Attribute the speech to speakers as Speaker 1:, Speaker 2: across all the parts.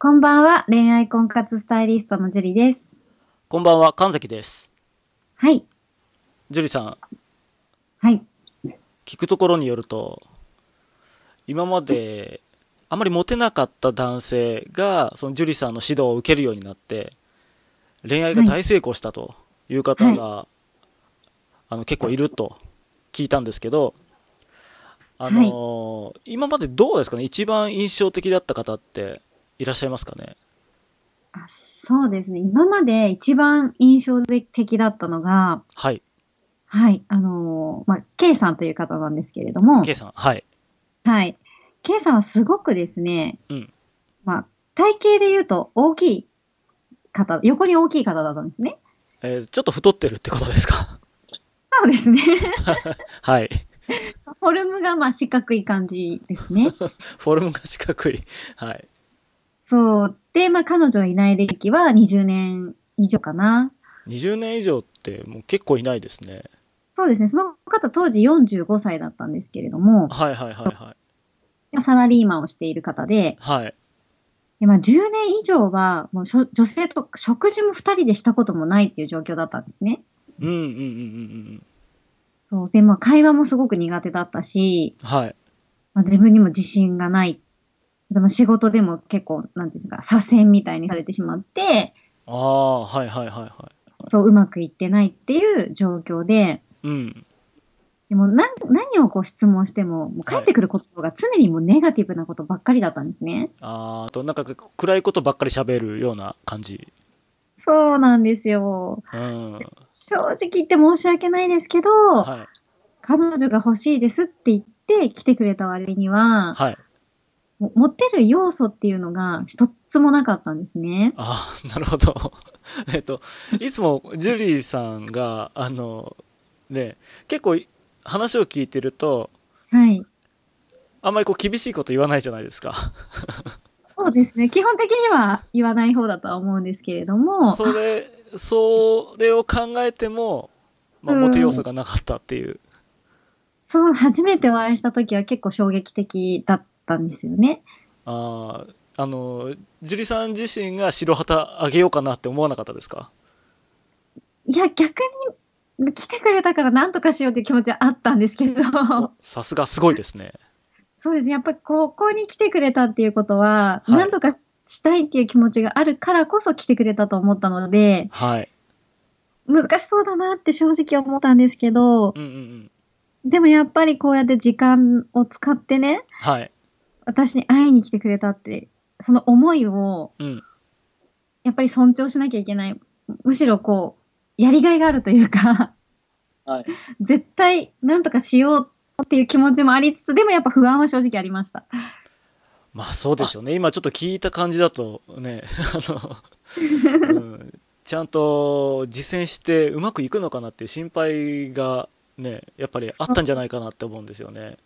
Speaker 1: こんばんは、恋愛婚活スタイリストのジュリです。
Speaker 2: こんばんは、神崎です。
Speaker 1: はい。
Speaker 2: 樹里さん、
Speaker 1: はい。
Speaker 2: 聞くところによると、今まで、あまりモテなかった男性が、その樹里さんの指導を受けるようになって、恋愛が大成功したという方が、あの結構いると聞いたんですけど、あのー今までどうですかね一番印象的だった方っていらっしゃいますかね
Speaker 1: あそうですね。今まで一番印象的だったのが、
Speaker 2: はい。
Speaker 1: はい、あのーまあ、K さんという方なんですけれども、
Speaker 2: K さん。はい。
Speaker 1: はい。K さんはすごくですね、
Speaker 2: うん
Speaker 1: まあ、体型で言うと大きい方、横に大きい方だったんですね。
Speaker 2: えーちょっと太ってるってことですか
Speaker 1: そうですね。
Speaker 2: はい。
Speaker 1: フォルムがまあ四角い感じです ね。
Speaker 2: フォルムが四角い。はい。
Speaker 1: そう。で、まあ、彼女いない歴は20年以上かな。
Speaker 2: 20年以上ってもう結構いないですね。
Speaker 1: そうですね。その方当時45歳だったんですけれども、
Speaker 2: はいはいはいはい。
Speaker 1: サラリーマンをしている方で、
Speaker 2: はい。
Speaker 1: でまあ、10年以上はもうしょ女性と食事も2人でしたこともないっていう状況だったんですね。
Speaker 2: うんうんうんうんうん
Speaker 1: そう。で、まあ、会話もすごく苦手だったし、
Speaker 2: うん。はい。
Speaker 1: まあ、自分にも自信がない。でも仕事でも結構、なんていうんですか、左遷みたいにされてしまって、
Speaker 2: ああ、はいはいはいは
Speaker 1: そう、うまくいってないっていう状況で、
Speaker 2: い。うん。
Speaker 1: でも何何をこう質問しても、もう返ってくる言葉が常にもうネガティブなことばっかりだったんですね。
Speaker 2: あーあと、なんか暗いことばっかり喋るような感じ。
Speaker 1: そうなんですよ。
Speaker 2: うん。
Speaker 1: 正直言って申し訳ないですけど、
Speaker 2: はい。
Speaker 1: 彼女が欲しいですって言って来てくれた割には、
Speaker 2: はい。
Speaker 1: も持てる要素っていうのが一つもなかったんですね。
Speaker 2: ああ、なるほど。 えっと、いつもジュリーさんが、あの、ね、結構い話を聞いてると、
Speaker 1: はい。
Speaker 2: あんまりこう厳しいこと言わないじゃないですか。
Speaker 1: そうですね。基本的には言わない方だとは思うんですけれども、
Speaker 2: それ、それを考えても、まあ、
Speaker 1: うん
Speaker 2: モテ要素がなかったっていう。
Speaker 1: そう、初めてお会いした時は結構衝撃的だったんですよね。
Speaker 2: あーあの、樹里さん自身が白旗あげようかなって思わなかったですか
Speaker 1: いや、逆に来てくれたから何とかしようっていう気持ちはあったんですけど、
Speaker 2: さすがすごいですね。
Speaker 1: そうですね。やっぱりここに来てくれたっていうことは、
Speaker 2: はい
Speaker 1: 何とかしたいっていう気持ちがあるからこそ来てくれたと思ったので、
Speaker 2: はい。
Speaker 1: 難しそうだなって正直思ったんですけど、
Speaker 2: うんうんうん。
Speaker 1: でもやっぱりこうやって時間を使ってね、
Speaker 2: はい。
Speaker 1: 私に会いに来てくれたって、その思いを、
Speaker 2: うん。
Speaker 1: やっぱり尊重しなきゃいけない。むしろこう、やりがいがあるというか、
Speaker 2: はい。
Speaker 1: 絶対何とかしようっていう気持ちもありつつ、でもやっぱ不安は正直ありました。
Speaker 2: まあそうですよね。今ちょっと聞いた感じだとね、 あの、うんちゃんと実践してうまくいくのかなっていう心配がね、やっぱりあったんじゃないかなって思うんですよね。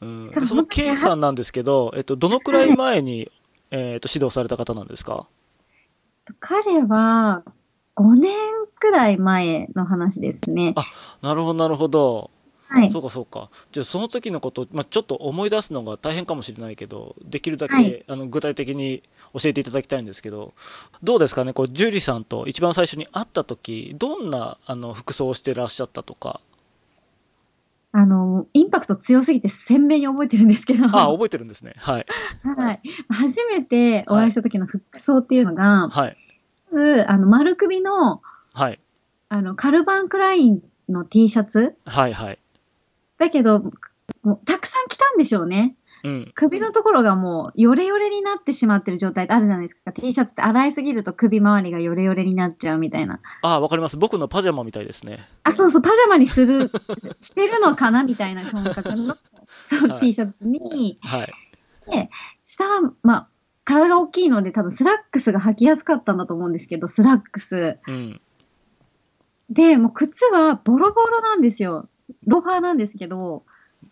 Speaker 2: うん、
Speaker 1: しか
Speaker 2: で
Speaker 1: も
Speaker 2: その K さんなんですけど、えっと、どのくらい前に、えっと、指導された方なんですか
Speaker 1: 彼は5年くらい前の話ですね。
Speaker 2: なるほど、なるほど。
Speaker 1: はい
Speaker 2: そ。うかそうか。じゃあその時のこと、まあ、ちょっと思い出すのが大変かもしれないけど、できるだけ、
Speaker 1: はい
Speaker 2: あの具体的に教えていただきたいんですけど、どうですかね、こうジュリさんと一番最初に会った時、どんなあの服装をしてらっしゃったとか、
Speaker 1: あの、インパクト強すぎて鮮明に覚えてるんですけど、
Speaker 2: あ覚えてるんですね。はい。
Speaker 1: はい。初めてお会いした時の服装っていうのが、
Speaker 2: はい。
Speaker 1: まず、あの、丸首の、
Speaker 2: はい。
Speaker 1: あの、カルバンクラインの T シャツ
Speaker 2: はい。はい。
Speaker 1: だけど、もうたくさん着たんでしょうね。
Speaker 2: うん。
Speaker 1: 首のところがもう、ヨレヨレになってしまってる状態ってあるじゃないですか。T シャツって洗いすぎると首周りがヨレヨレになっちゃうみたいな。
Speaker 2: あわかります。僕のパジャマみたいですね。
Speaker 1: あ、そうそう、パジャマにす る、してるのかなみたいな感覚の、そう、
Speaker 2: はい
Speaker 1: T シャツに、
Speaker 2: はい。
Speaker 1: で、下は、まあ、体が大きいので多分スラックスが履きやすかったんだと思うんですけど、スラックス。
Speaker 2: うん。
Speaker 1: で、もう靴はボロボロなんですよ。ロファーなんですけど、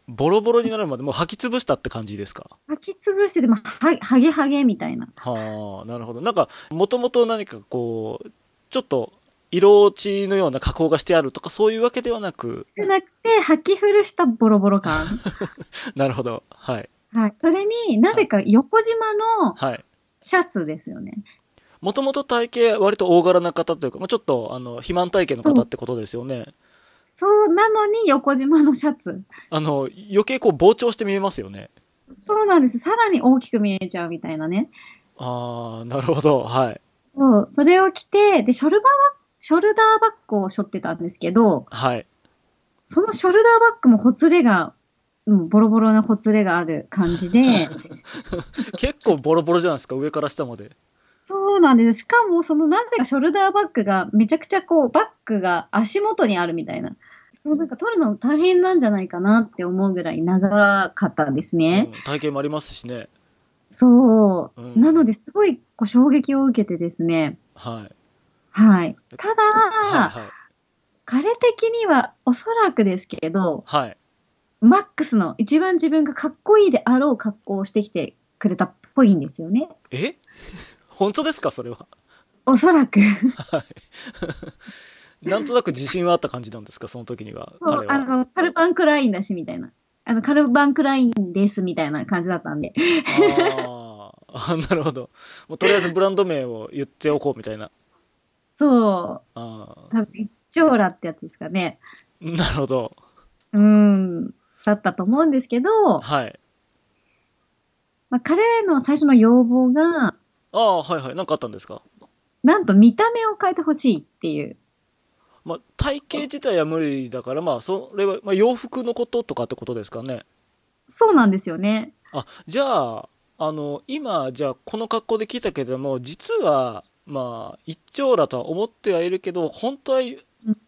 Speaker 2: ボロボロになるまでもう履き潰したって感じですか
Speaker 1: 履き潰してても、は、はげはげみたいな。
Speaker 2: はあ、なるほど。なんか、もともと何かこう、ちょっと、色落ちのような加工がしてあるとか、そういうわけではなく、
Speaker 1: じゃなくて、履き古したボロボロ 感。
Speaker 2: なるほど。はい。
Speaker 1: はい。それになぜか横縞の
Speaker 2: はい。
Speaker 1: シャツですよね。
Speaker 2: もともと体型割と大柄な方というか、まあ、ちょっとあの肥満体型の方ってことですよね。
Speaker 1: そうなのに横縞のシャツ。
Speaker 2: あの余計こう膨張して見えますよね。
Speaker 1: そうなんです。さらに大きく見えちゃうみたいなね。
Speaker 2: ああ、なるほど。はい。
Speaker 1: そう、それを着て、で、ショルバーバショルダーバッグを背負ってたんですけど、
Speaker 2: はい。
Speaker 1: そのショルダーバッグもほつれが、うん、ボロボロのほつれがある感じ で、
Speaker 2: 結構ボロボロじゃないですか、上から下まで。
Speaker 1: そうなんです。しかも、そのなぜかショルダーバッグがめちゃくちゃこう、バッグが足元にあるみたいな。もうなんか取るの大変なんじゃないかなって思うぐらい長かったですね。
Speaker 2: うん体型もありますしね。
Speaker 1: そう。
Speaker 2: うん
Speaker 1: なのですごいこう衝撃を受けてですね。
Speaker 2: はい。
Speaker 1: はい。ただ、
Speaker 2: はい、はい。
Speaker 1: 彼的にはおそらくですけど、
Speaker 2: はい。
Speaker 1: マックスの一番自分がかっこいいであろう格好をしてきてくれたっぽいんですよね。
Speaker 2: え 本当ですか、それは。
Speaker 1: おそらく。
Speaker 2: なんとなく自信はあった感じなんですか、その時には。
Speaker 1: そう
Speaker 2: 彼
Speaker 1: あ
Speaker 2: は。
Speaker 1: の、カルバンクラインだし、みたいな。あの、カルバンクラインです、みたいな感じだったんで。
Speaker 2: あーあ、 なるほど。もうとりあえずブランド名を言っておこうみたいな。
Speaker 1: そ
Speaker 2: あ
Speaker 1: う。多分、一丁羅ってやつですかね。
Speaker 2: ーなるほど。
Speaker 1: うーん。だったと思うんですけど、
Speaker 2: はい。
Speaker 1: まあ、彼の最初の要望が、
Speaker 2: ああ、はいはい。なんかあったんですか
Speaker 1: なんと見た目を変えてほしいっていう。
Speaker 2: まあ、体型自体は無理だから、まあ、それは、まあ、洋服のこととかってことですかね。
Speaker 1: そうなんですよね。
Speaker 2: あ、じゃあ、あの、今、じゃあ、この格好で来たけども、実は、まあ、一丁羅とは思ってはいるけど、本当はい、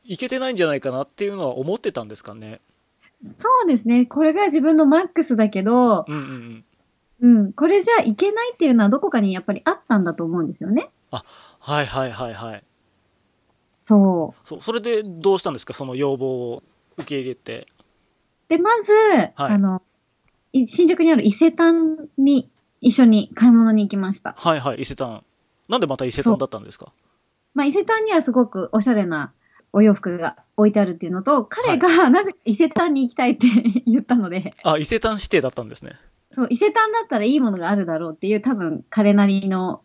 Speaker 2: いけてないんじゃないかなっていうのは思ってたんですかね。
Speaker 1: そうですね。これが自分のマックスだけど、
Speaker 2: うんうんうん。
Speaker 1: うん、これじゃいけないっていうのはどこかにやっぱりあったんだと思うんですよね。
Speaker 2: はいはいはいはい。
Speaker 1: そう。
Speaker 2: そそれで、どうしたんですかその要望を受け入れて。
Speaker 1: で、まず、
Speaker 2: はい
Speaker 1: あの、い新宿にある伊勢丹に一緒に買い物に行きました。
Speaker 2: はいはい、伊勢丹。なんでまた伊勢丹だったんですか
Speaker 1: まあ、伊勢丹にはすごくおしゃれなお洋服が置いてあるっていうのと、彼がなぜか伊勢丹に行きたいって 言ったので、
Speaker 2: あ、伊勢丹指定だったんですね。
Speaker 1: そう、伊勢丹だったらいいものがあるだろうっていう、多分彼なりの、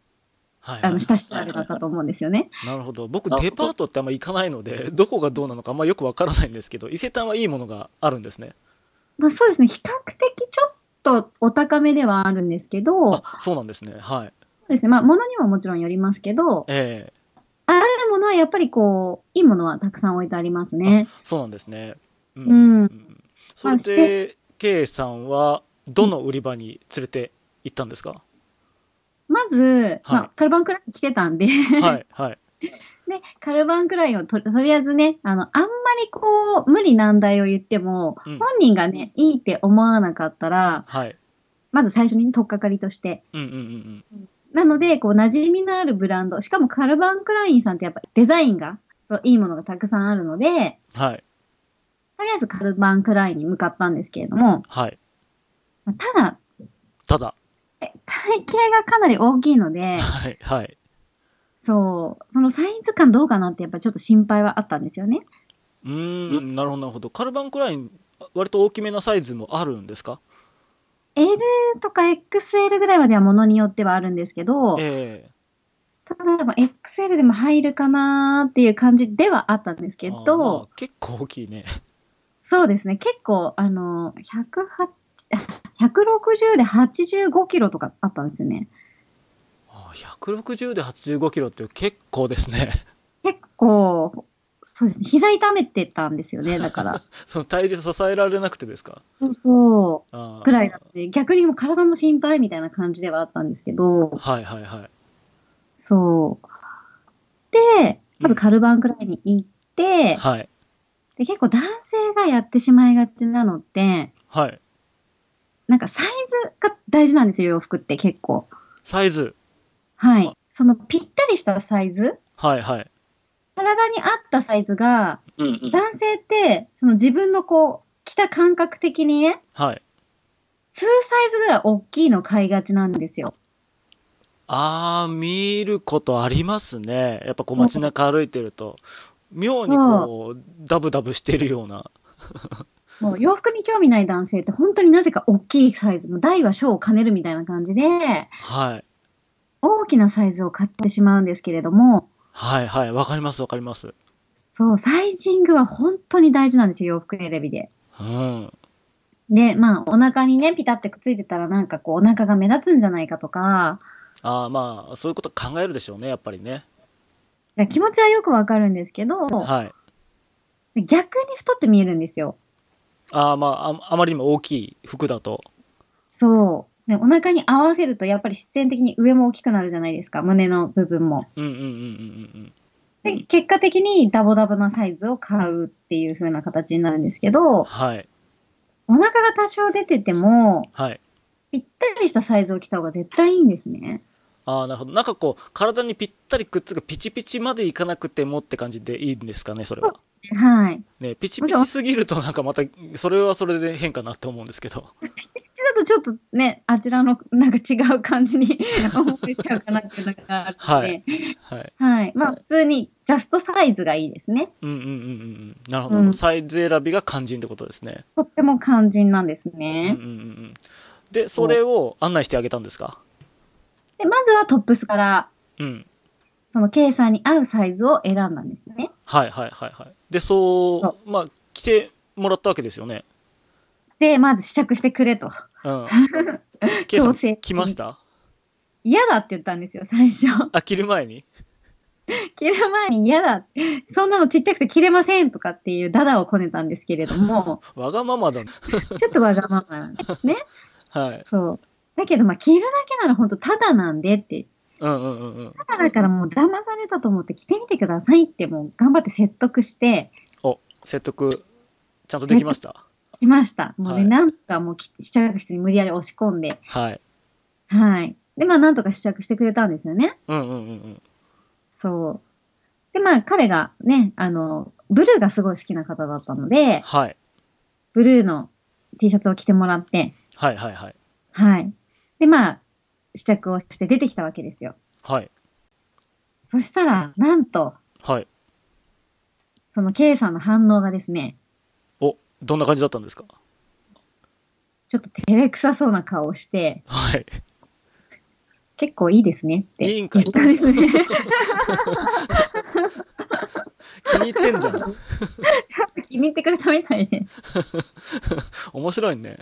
Speaker 2: はい、はい。
Speaker 1: あの、親しみあれだったと思うんですよね。
Speaker 2: なるほど。僕、デパートってあんま行かないので、どこがどうなのかあんまよくわからないんですけど、伊勢丹はいいものがあるんですね。
Speaker 1: まあ、そうですね、比較的ちょっとお高めではあるんですけど、そ
Speaker 2: あ、そうなんですね。はい。
Speaker 1: うですね、まあ、物にももちろんよりますけど、
Speaker 2: え
Speaker 1: あるものはやっぱりこう、いいものはたくさん置いてありますね
Speaker 2: え。そうなんですね。う。
Speaker 1: うんん。
Speaker 2: それで、K さんは、どの売り場に連れて行ったんですか、
Speaker 1: まず、まあ、カルバンクライン着てたんで、
Speaker 2: はい、はい。
Speaker 1: で、カルバンクラインをととりあえずね、あの、あんまりこう、無理難題を言っても、
Speaker 2: うん
Speaker 1: 本人がね、いいって思わなかったら、
Speaker 2: はい。
Speaker 1: まず最初にね、取っかかりとして。
Speaker 2: うんうんうんうん。
Speaker 1: なので、こう、馴染みのあるブランド、しかもカルバンクラインさんってやっぱデザインが、そう、いいものがたくさんあるので、
Speaker 2: はい、
Speaker 1: とりあえずカルバンクラインに向かったんですけれども、
Speaker 2: はい。
Speaker 1: まあただ、
Speaker 2: ただ、
Speaker 1: 体型がかなり大きいので、
Speaker 2: はい、はい。
Speaker 1: そう、そのサイズ感どうかなってやっぱちょっと心配はあったんですよね。
Speaker 2: うーん、なるほど、なるほど。カルバンクライン、割と大きめなサイズもあるんですか
Speaker 1: L とか XL ぐらいまではものによってはあるんですけど、
Speaker 2: ええ
Speaker 1: ただでも XL でも入るかなーっていう感じではあったんですけ
Speaker 2: あーまあ
Speaker 1: ど、
Speaker 2: 結構大きいね。
Speaker 1: そうですね、結構あの、108 160で85キロとかあったんですよね。
Speaker 2: あ160で85キロって結構ですね。
Speaker 1: 結構、そうですね、膝痛めてたんですよね、だ から。
Speaker 2: その体重支えられなくてですか
Speaker 1: そうそ
Speaker 2: あー
Speaker 1: う、くらいなので、逆にもう体も心配みたいな感じではあったんですけど、
Speaker 2: はいはいはい。
Speaker 1: そう。で、まずカルバンクラインに行って、
Speaker 2: はい。
Speaker 1: で結構男性がやってしまいがちなのって、
Speaker 2: はい。
Speaker 1: なんかサイズが大事なんですよ、洋服って結構。
Speaker 2: サイズ。
Speaker 1: は
Speaker 2: あ
Speaker 1: い。そのぴったりしたサイズ
Speaker 2: はいはい。
Speaker 1: 体に合ったサイズが、
Speaker 2: うん
Speaker 1: 男性って、その自分のこう、着た感覚的にね、
Speaker 2: はい。
Speaker 1: 2サイズぐらい大きいの買いがちなんですよ。
Speaker 2: あー、見ることありますね。やっぱこう街中歩いてると。妙にこう、ダブダブしてるような。
Speaker 1: もう洋服に興味ない男性って本当になぜか大きいサイズ、もう大は小を兼ねるみたいな感じで、
Speaker 2: はい。
Speaker 1: 大きなサイズを買ってしまうんですけれども、
Speaker 2: はいはい。わかりますわかります。
Speaker 1: そう、サイジングは本当に大事なんですよ、洋服選びで。
Speaker 2: うん。
Speaker 1: で、まあ、お腹にね、ピタってくっついてたら、なんかこう、お腹が目立つんじゃないかとか、
Speaker 2: ああ、まあ、そういうこと考えるでしょうね、やっぱりね。
Speaker 1: だから気持ちはよくわかるんですけど、
Speaker 2: はい。
Speaker 1: 逆に太って見えるんですよ。
Speaker 2: ああ、まああ、あまりにも大きい服だと。
Speaker 1: そう。でお腹に合わせると、やっぱり必然的に上も大きくなるじゃないですか、胸の部分も。
Speaker 2: うんうんうんうんうん
Speaker 1: で、結果的にダボダボなサイズを買うっていう風な形になるんですけ
Speaker 2: うん。
Speaker 1: ど、
Speaker 2: はい。
Speaker 1: お腹が多少出てても、
Speaker 2: はい。
Speaker 1: ぴったりしたサイズを着た方が絶対いいんですね。
Speaker 2: ああ、なるほど。なんかこう、体にぴったりくっつく、ピチピチまでいかなくてもって感じでいいんですかね、それは。
Speaker 1: はい。
Speaker 2: ね、ピチピチすぎるとなんかまた、それはそれで変かなって思うんですけど。
Speaker 1: ピチだとちょっとね、あちらのなんか違う感じに 思えちゃうかなっていうのがあるの
Speaker 2: は
Speaker 1: で、はいい。
Speaker 2: はい。
Speaker 1: まあ普通にジャストサイズがいいですね。
Speaker 2: うんうんうんうんうん。なるほど。
Speaker 1: うん
Speaker 2: サイズ選びが肝心ってことですね。
Speaker 1: とっても肝心なんです
Speaker 2: うんうん
Speaker 1: ね
Speaker 2: う。ん。で、それを案内してあげたんですか
Speaker 1: で、まずはトップスから、
Speaker 2: うん。
Speaker 1: その K さんに合うサイズを選んだんですね。
Speaker 2: はいはいはいはい。で、そう
Speaker 1: そ、
Speaker 2: まあ、来てもらったわけですよね。
Speaker 1: で、まず試着してくれと。
Speaker 2: うん。 ケイさ
Speaker 1: 強
Speaker 2: ん
Speaker 1: 制
Speaker 2: 来ました
Speaker 1: 嫌だって言ったんですよ、最初。
Speaker 2: あ、着る前に
Speaker 1: 着る前に嫌だ。そんなのちっちゃくて着れませんとかっていうダダをこねたんですけれども、
Speaker 2: わがままだな。
Speaker 1: ちょっとわがままなんですね。
Speaker 2: はい。
Speaker 1: そう。だけど、まあ、着るだけなら本当ただなんでって、
Speaker 2: うんうんうんうん。
Speaker 1: ただだからもう騙されたと思って着てみてくださいってもう頑張って説得して、
Speaker 2: お、説得、ちゃんとでき ました。
Speaker 1: しました。もうね、
Speaker 2: はい
Speaker 1: なんとかもうき試着室に無理やり押し込んで、
Speaker 2: はい。
Speaker 1: はい。で、まあ、なんとか試着してくれたんですよね。
Speaker 2: うんうんうんうん。
Speaker 1: そう。で、まあ、彼がね、あの、ブルーがすごい好きな方だったので、
Speaker 2: はい。
Speaker 1: ブルーの T シャツを着てもらって、
Speaker 2: はいはいはい。
Speaker 1: はい。で、まあ、試着をして出てきたわけですよ。
Speaker 2: はい。
Speaker 1: そしたら、なんと、
Speaker 2: はい。
Speaker 1: その K さんの反応がですね、
Speaker 2: お、どんな感じだったんですか
Speaker 1: ちょっと照れくさそうな顔をして、
Speaker 2: はい。
Speaker 1: 結構いいですねって。
Speaker 2: いいんかい
Speaker 1: 言ったんですね。ちょっ
Speaker 2: 気に入ってんじ ゃん。
Speaker 1: と気に入ってくれたみたいで。
Speaker 2: 面白い ね。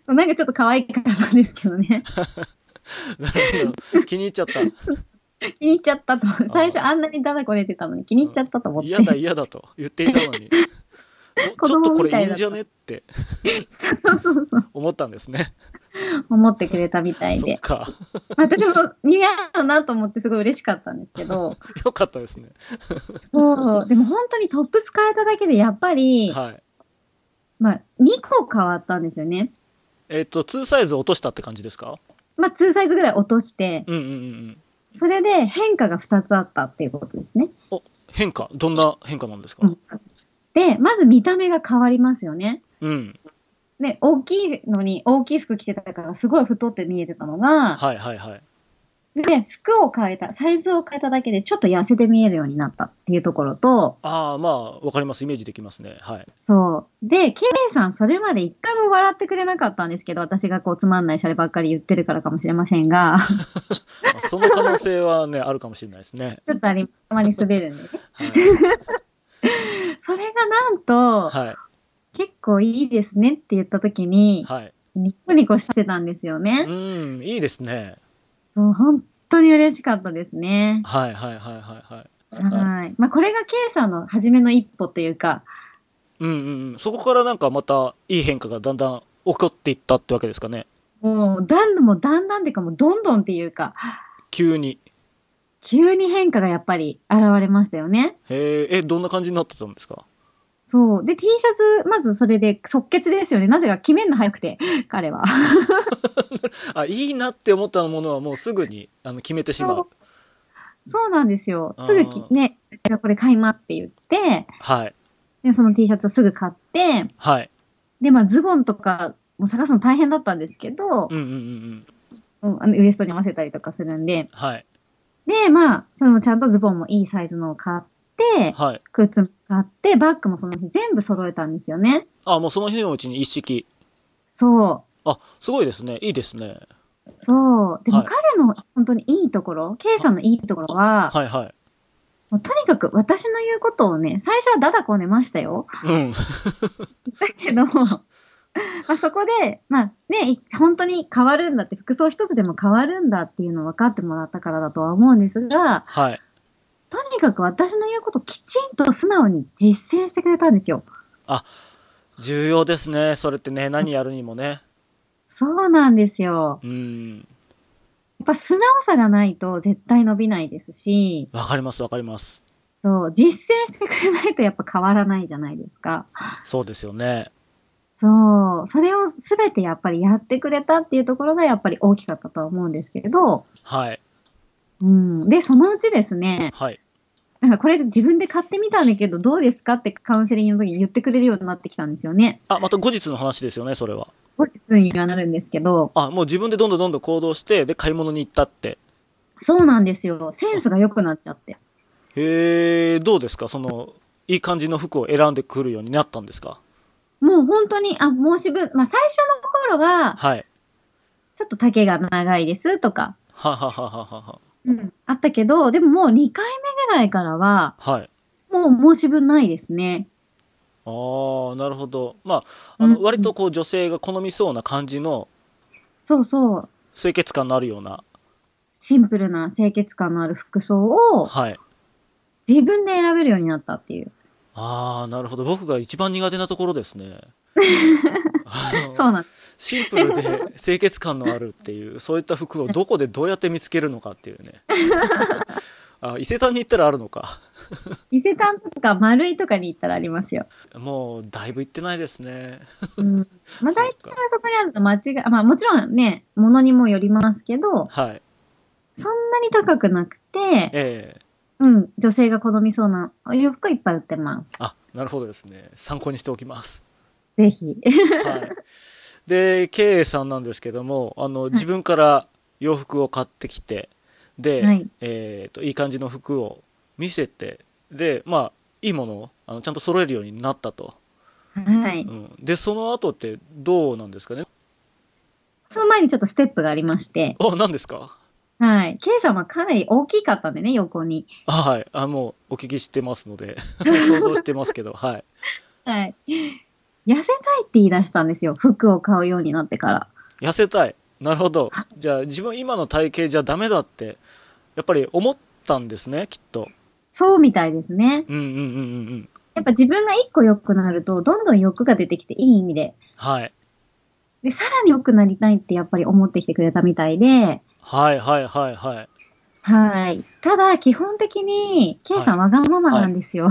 Speaker 1: そうなんかちょっと可愛い方なんですけど ね。
Speaker 2: なるほど気に入っちゃった。
Speaker 1: 気に入っちゃったと。最初あんなにダダこねてたのに気に入っちゃったと思って。
Speaker 2: 嫌だ嫌だと言っていたの に。おちょっとこれいいんじゃねって
Speaker 1: そうそうそうそう。
Speaker 2: 思ったんですね。
Speaker 1: 思ってくれたみたい
Speaker 2: そっ
Speaker 1: で。
Speaker 2: か。
Speaker 1: 私も似合うなと思ってすごい嬉しかったんですけど。
Speaker 2: よかったですね。
Speaker 1: そう。でも本当にトップス変えただけでやっぱり、
Speaker 2: はい。
Speaker 1: まあ2個変わったんですよね。
Speaker 2: えっ、と、2サイズ落としたって感じですか
Speaker 1: まあ2サイズぐらい落として、
Speaker 2: うんうんうんうん。
Speaker 1: それで変化が2つあったっていうことですね。
Speaker 2: お、変化。どんな変化なんですか、
Speaker 1: うんで、まず見た目が変わりますよね。
Speaker 2: うん。
Speaker 1: で、大きいのに大きい服着てたからすごい太って見えてたのが、
Speaker 2: はいはいはい。
Speaker 1: で、服を変えた、サイズを変えただけでちょっと痩せて見えるようになったっていうところと、
Speaker 2: ああ、まあ、わかります。イメージできますね。はい。
Speaker 1: そう。で、K さんそれまで一回も笑ってくれなかったんですけど、私がこうつまんないシャレばっかり言ってるからかもしれません が、
Speaker 2: まあその可能性はね、あ るかもしれないですね。
Speaker 1: ちょっとあり、たまに滑るんでね。
Speaker 2: はい。
Speaker 1: それがなんと、
Speaker 2: は
Speaker 1: 結構いいですねって言った時
Speaker 2: い。
Speaker 1: に、
Speaker 2: はい。
Speaker 1: ニコニコしてたんですよ
Speaker 2: う
Speaker 1: ね。
Speaker 2: ん、いいですね。
Speaker 1: そう、本当に嬉しかったですね。
Speaker 2: はいはいはいはいはい。
Speaker 1: はい。まあ、これが K さんの初めの一歩というか、
Speaker 2: うんうんうん。そこからなんかまたいい変化がだんだん起こっていったってわけですかね。
Speaker 1: もう、だんだん、もうだんだんっていうか、もうどんどんっていうか、
Speaker 2: 急に。
Speaker 1: 急に変化がやっぱり現れましたよね。
Speaker 2: へえ、え、どんな感じになってたんですか
Speaker 1: そう。で、T シャツ、まずそれで即決ですよね。なぜか決めるの早くて、 彼は。
Speaker 2: あ、いいなって思ったものはもうすぐにあの決めてしまう。
Speaker 1: そうなんですよ。すぐき
Speaker 2: あ、ー
Speaker 1: ね、じゃあこれ買いますって言って、
Speaker 2: はい。
Speaker 1: で、その T シャツをすぐ買って、
Speaker 2: はい。
Speaker 1: で、まあ、ズボンとかも探すの大変だったんですけど
Speaker 2: う、んうんうんうん。
Speaker 1: うんあのウエストに合わせたりとかするんで、
Speaker 2: はい。
Speaker 1: で、まあ、それもちゃんとズボンもいいサイズのを買って、
Speaker 2: はい。
Speaker 1: 靴も買って、バッグもその日全部揃えたんですよね。
Speaker 2: あ、もうその日のうちに一式。
Speaker 1: そう。
Speaker 2: あ、すごいですね。いいですね。
Speaker 1: そう。で
Speaker 2: は
Speaker 1: も
Speaker 2: い
Speaker 1: 彼の本当にいいところ、K さんのいいところは、
Speaker 2: はいはい。
Speaker 1: もうとにかく私の言うことをね、最初はだだこねましたよ。
Speaker 2: うん。
Speaker 1: だけど、 まあそこで、まあね、い本当に変わるんだって、服装一つでも変わるんだっていうのを分かってもらったからだとは思うんですが、
Speaker 2: はい。
Speaker 1: とにかく私の言うことをきちんと素直に実践してくれたんですよ。
Speaker 2: 重要ですね。それってね、何やるにもね。
Speaker 1: そうなんですよ。
Speaker 2: うん。
Speaker 1: やっぱ素直さがないと絶対伸びないですし、
Speaker 2: わかりますわかります。
Speaker 1: そう、実践してくれないとやっぱ変わらないじゃないですか。
Speaker 2: そうですよね。
Speaker 1: そう、それをすべてやっぱりやってくれたっていうところがやっぱり大きかったとは思うんですけれど、
Speaker 2: はい。
Speaker 1: うん。で、そのうちですね、
Speaker 2: はい。
Speaker 1: なんかこれ自分で買ってみたんだけど、どうですかってカウンセリングの時に言ってくれるようになってきたんですよね。
Speaker 2: あ、また後日の話ですよね、それは。
Speaker 1: 後日にはなるんですけど、
Speaker 2: あ、もう自分でどんどんどんどん行動して、で、買い物に行ったって。
Speaker 1: そうなんですよ。センスが良くなっちゃって。
Speaker 2: へえ、どうですかその、いい感じの服を選んでくるようになったんですか
Speaker 1: もう本当に、あ、申し分、まあ最初の頃は、
Speaker 2: はい。
Speaker 1: ちょっと丈が長いですとか、
Speaker 2: ははははは
Speaker 1: うん、あったけど、でももう2回目ぐらいからは、
Speaker 2: は。はい。
Speaker 1: もう申し分ないですね。
Speaker 2: ああ、なるほど。まあ、あの、
Speaker 1: うん
Speaker 2: 割とこう女性が好みそうな感じの
Speaker 1: そうそう。
Speaker 2: 清潔感のあるような。
Speaker 1: シンプルな清潔感のある服装を
Speaker 2: はい。
Speaker 1: 自分で選べるようになったっていう。
Speaker 2: ああ、なるほど。僕が一番苦手なところです ね。あの
Speaker 1: そうなんです。
Speaker 2: シンプルで清潔感のあるっていう、そういった服をどこでどうやって見つけるのかっていう ね。あ、伊勢丹に行ったらあるのか。
Speaker 1: 伊勢丹とか丸井とかに行ったらあります よ。
Speaker 2: もう、だいぶ行ってないですね。
Speaker 1: うん。まあ
Speaker 2: そう
Speaker 1: 大
Speaker 2: か
Speaker 1: 体そこにあるの間違い、まあもちろんね、物にもよりますけど、
Speaker 2: はい。
Speaker 1: そんなに高くなくて、
Speaker 2: ええ
Speaker 1: うん、女性が好みそうなお洋服はいっぱい売ってます。
Speaker 2: あ、なるほどですね。参考にしておきます。
Speaker 1: ぜひ。
Speaker 2: はい。で、K さんなんですけども、あの、自分から洋服を買ってきて、で、
Speaker 1: はい
Speaker 2: えっ、と、いい感じの服を見せて、で、まあ、いいものをあのちゃんと揃えるようになったと。
Speaker 1: はい。
Speaker 2: うん、で、その後ってどうなんですかね
Speaker 1: その前にちょっとステップがありまして、
Speaker 2: あ、何ですか
Speaker 1: はい。K さんはかなり大きかったんでね、横に。
Speaker 2: あはい。あ、もう、お聞きしてますので、 想像してますけど、はい。
Speaker 1: はい。痩せたいって言い出したんですよ。服を買うようになってから。
Speaker 2: 痩せたい。なるほど。じゃあ、自分今の体型じゃダメだって、やっぱり思ったんですね、きっと。
Speaker 1: そうみたいですね。
Speaker 2: うんうんうんうんうん。
Speaker 1: やっぱ自分が一個良くなると、どんどん欲が出てきて、いい意味で。
Speaker 2: はい。
Speaker 1: で、さらに良くなりたいってやっぱり思ってきてくれたみたいで、
Speaker 2: はいはいはいはい。
Speaker 1: はい。ただ、基本的に、K さんわがままなんですよ。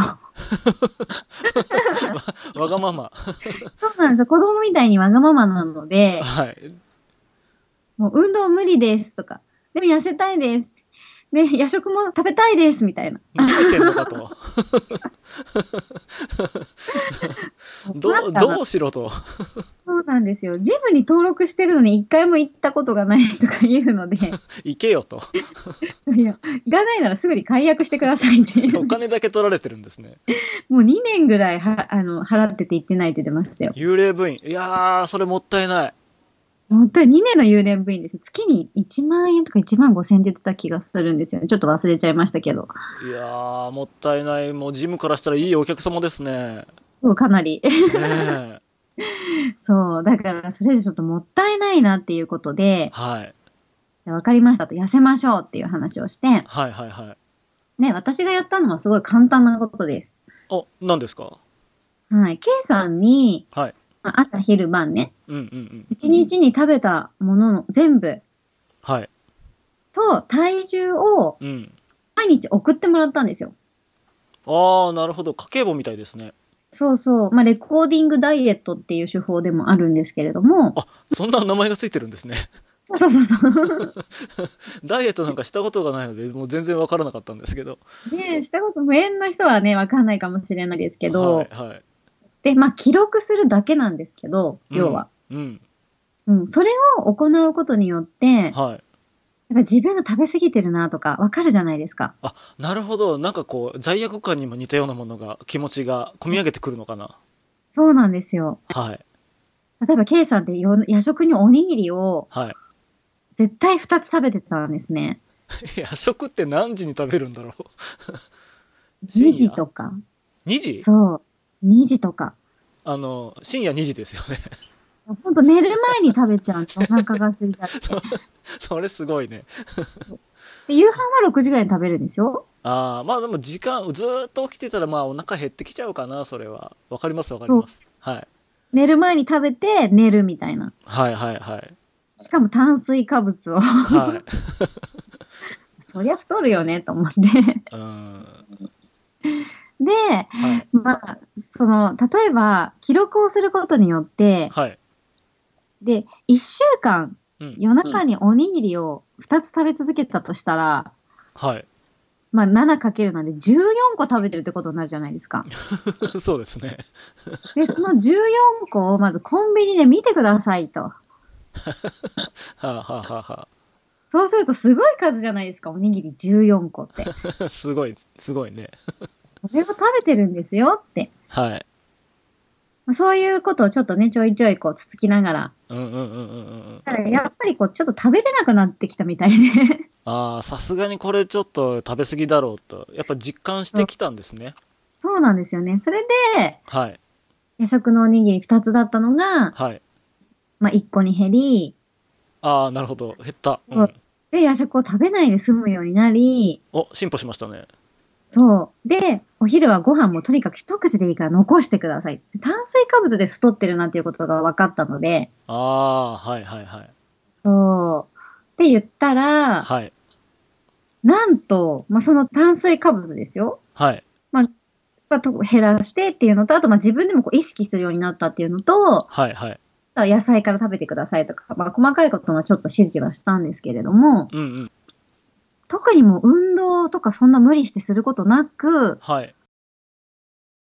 Speaker 2: わがまま。
Speaker 1: そうなんですよ。子供みたいにわがままなので、
Speaker 2: はい。
Speaker 1: もう運動無理ですとか、でも痩せたいです。ね、夜食も食べたいですみたいな。
Speaker 2: 何言ってんのかと。どう、どうしろと。
Speaker 1: そうなんですよ。ジムに登録してるのに一回も行ったことがないとか言うの で、
Speaker 2: 行けよと。
Speaker 1: いや、行かないならすぐに解約してくださいっていう
Speaker 2: お金だけ取られてるんですね。
Speaker 1: もう2年ぐらいはあの払ってて行ってないって出ましたよ。
Speaker 2: 幽霊部員。いやー、それもったいない。
Speaker 1: 本当に2年の幽霊部員ですよ。月に1万円とか1万5千円出てた気がするんですよね。ちょっと忘れちゃいましたけど。
Speaker 2: いやー、もったいない。もうジムからしたらいいお客様ですね。
Speaker 1: そう、かなり。
Speaker 2: ねえ。
Speaker 1: そう、だからそれじゃちょっともったいないなっていうことで、
Speaker 2: はい。
Speaker 1: わかりましたと、痩せましょうっていう話をして、
Speaker 2: はいはいはい。
Speaker 1: ね、私がやったのはすごい簡単なことです。
Speaker 2: お、何ですか
Speaker 1: はい。K さんに、
Speaker 2: はい。
Speaker 1: まあ朝昼晩ね、
Speaker 2: うんうんうん。
Speaker 1: 一日に食べたものの全部
Speaker 2: はい。
Speaker 1: と体重を
Speaker 2: うん。
Speaker 1: 毎日送ってもらったんですよ。
Speaker 2: あー、なるほど。家計簿みたいですね。
Speaker 1: そうそう。まあ、レコーディングダイエットっていう手法でもあるんですけれども。
Speaker 2: あ、そんな名前がついてるんですね。
Speaker 1: そうそうそうそう。
Speaker 2: ダイエットなんかしたことがないので、もう全然わからなかったんですけど。
Speaker 1: ねえしたこと無縁の人はね、わかんないかもしれないですけど。
Speaker 2: はい、はい。
Speaker 1: で、まあ、記録するだけなんですけど、要は。
Speaker 2: うん。
Speaker 1: うん。それを行うことによって、や
Speaker 2: うん。
Speaker 1: っ
Speaker 2: はい。
Speaker 1: ぱ自分が食べ過ぎてるなとか、わかるじゃないですか。
Speaker 2: あ、なるほど。なんかこう、罪悪感にも似たようなものが、気持ちが、込み上げてくるのかな。
Speaker 1: そうなんですよ。
Speaker 2: はい。
Speaker 1: 例えば、K さんってよ夜食におにぎりを
Speaker 2: はい。
Speaker 1: 絶対2つ食べてたんですね。
Speaker 2: 夜食って何時に食べるんだろう。 深夜
Speaker 1: 2時とか。
Speaker 2: 2時
Speaker 1: そう。2時とか。
Speaker 2: あの、深夜2時ですよね。
Speaker 1: ほんと寝る前に食べちゃうんですお腹が空いたって。
Speaker 2: そうそれすごいね。
Speaker 1: で夕飯は6時ぐらいに食べるんですよ。
Speaker 2: ああ、まあでも時間、ずーっと起きてたら、まあお腹減ってきちゃうかな、それは。わかりますわかります。はい。
Speaker 1: 寝る前に食べて寝るみたいな。
Speaker 2: はいはいはい。
Speaker 1: しかも炭水化物を。
Speaker 2: はい。
Speaker 1: そりゃ太るよねと思って。
Speaker 2: うん。
Speaker 1: で、
Speaker 2: はい。
Speaker 1: まあ、その、例えば、記録をすることによって、
Speaker 2: はい。
Speaker 1: で、1週間、
Speaker 2: うん。
Speaker 1: 夜中におにぎりを2つ食べ続けたとしたら、
Speaker 2: はい。
Speaker 1: まあ、7かけるなんで14個食べてるってことになるじゃないですか。
Speaker 2: そうですね。
Speaker 1: で、その14個をまずコンビニで見てくださいと。
Speaker 2: はあ、はあはあは
Speaker 1: そうするとすごい数じゃないですか、おにぎり14個って。
Speaker 2: あ、 すごい、すごいね。
Speaker 1: これを食べてるんですよって。
Speaker 2: はい。
Speaker 1: まあそういうことをちょっとね、ちょいちょいこう、つつきながら。
Speaker 2: うんうんうんうんうんうん。
Speaker 1: ただやっぱりこう、ちょっと食べれなくなってきたみたいで。
Speaker 2: ああ、さすがにこれちょっと食べ過ぎだろうと、やっぱ実感してきたんですね。
Speaker 1: そうなんですよね。それで、
Speaker 2: はい。
Speaker 1: 夜食のおにぎり2つだったのが、
Speaker 2: はい。
Speaker 1: まあ、1個に減り、
Speaker 2: ああ、なるほど。減った。う
Speaker 1: そ
Speaker 2: ん
Speaker 1: う。で、夜食を食べないで済むようになり、
Speaker 2: お、進歩しましたね。
Speaker 1: そう。で、お昼はご飯もとにかく一口でいいから残してください。炭水化物で太ってるなっていうことが分かったので、
Speaker 2: ああー、はいはいはい。
Speaker 1: そう。って言ったら、
Speaker 2: はい。
Speaker 1: なんと、まあ、その炭水化物ですよ。
Speaker 2: はい。
Speaker 1: まあ、と減らしてっていうのと、あと、まあ、自分でもこう意識するようになったっていうのと、
Speaker 2: はいはい。
Speaker 1: あ野菜から食べてくださいとか、まあ、細かいことはちょっと指示はしたんですけれども、
Speaker 2: うんうん。
Speaker 1: 特にもう運動とかそんな無理してすることなく、
Speaker 2: はい。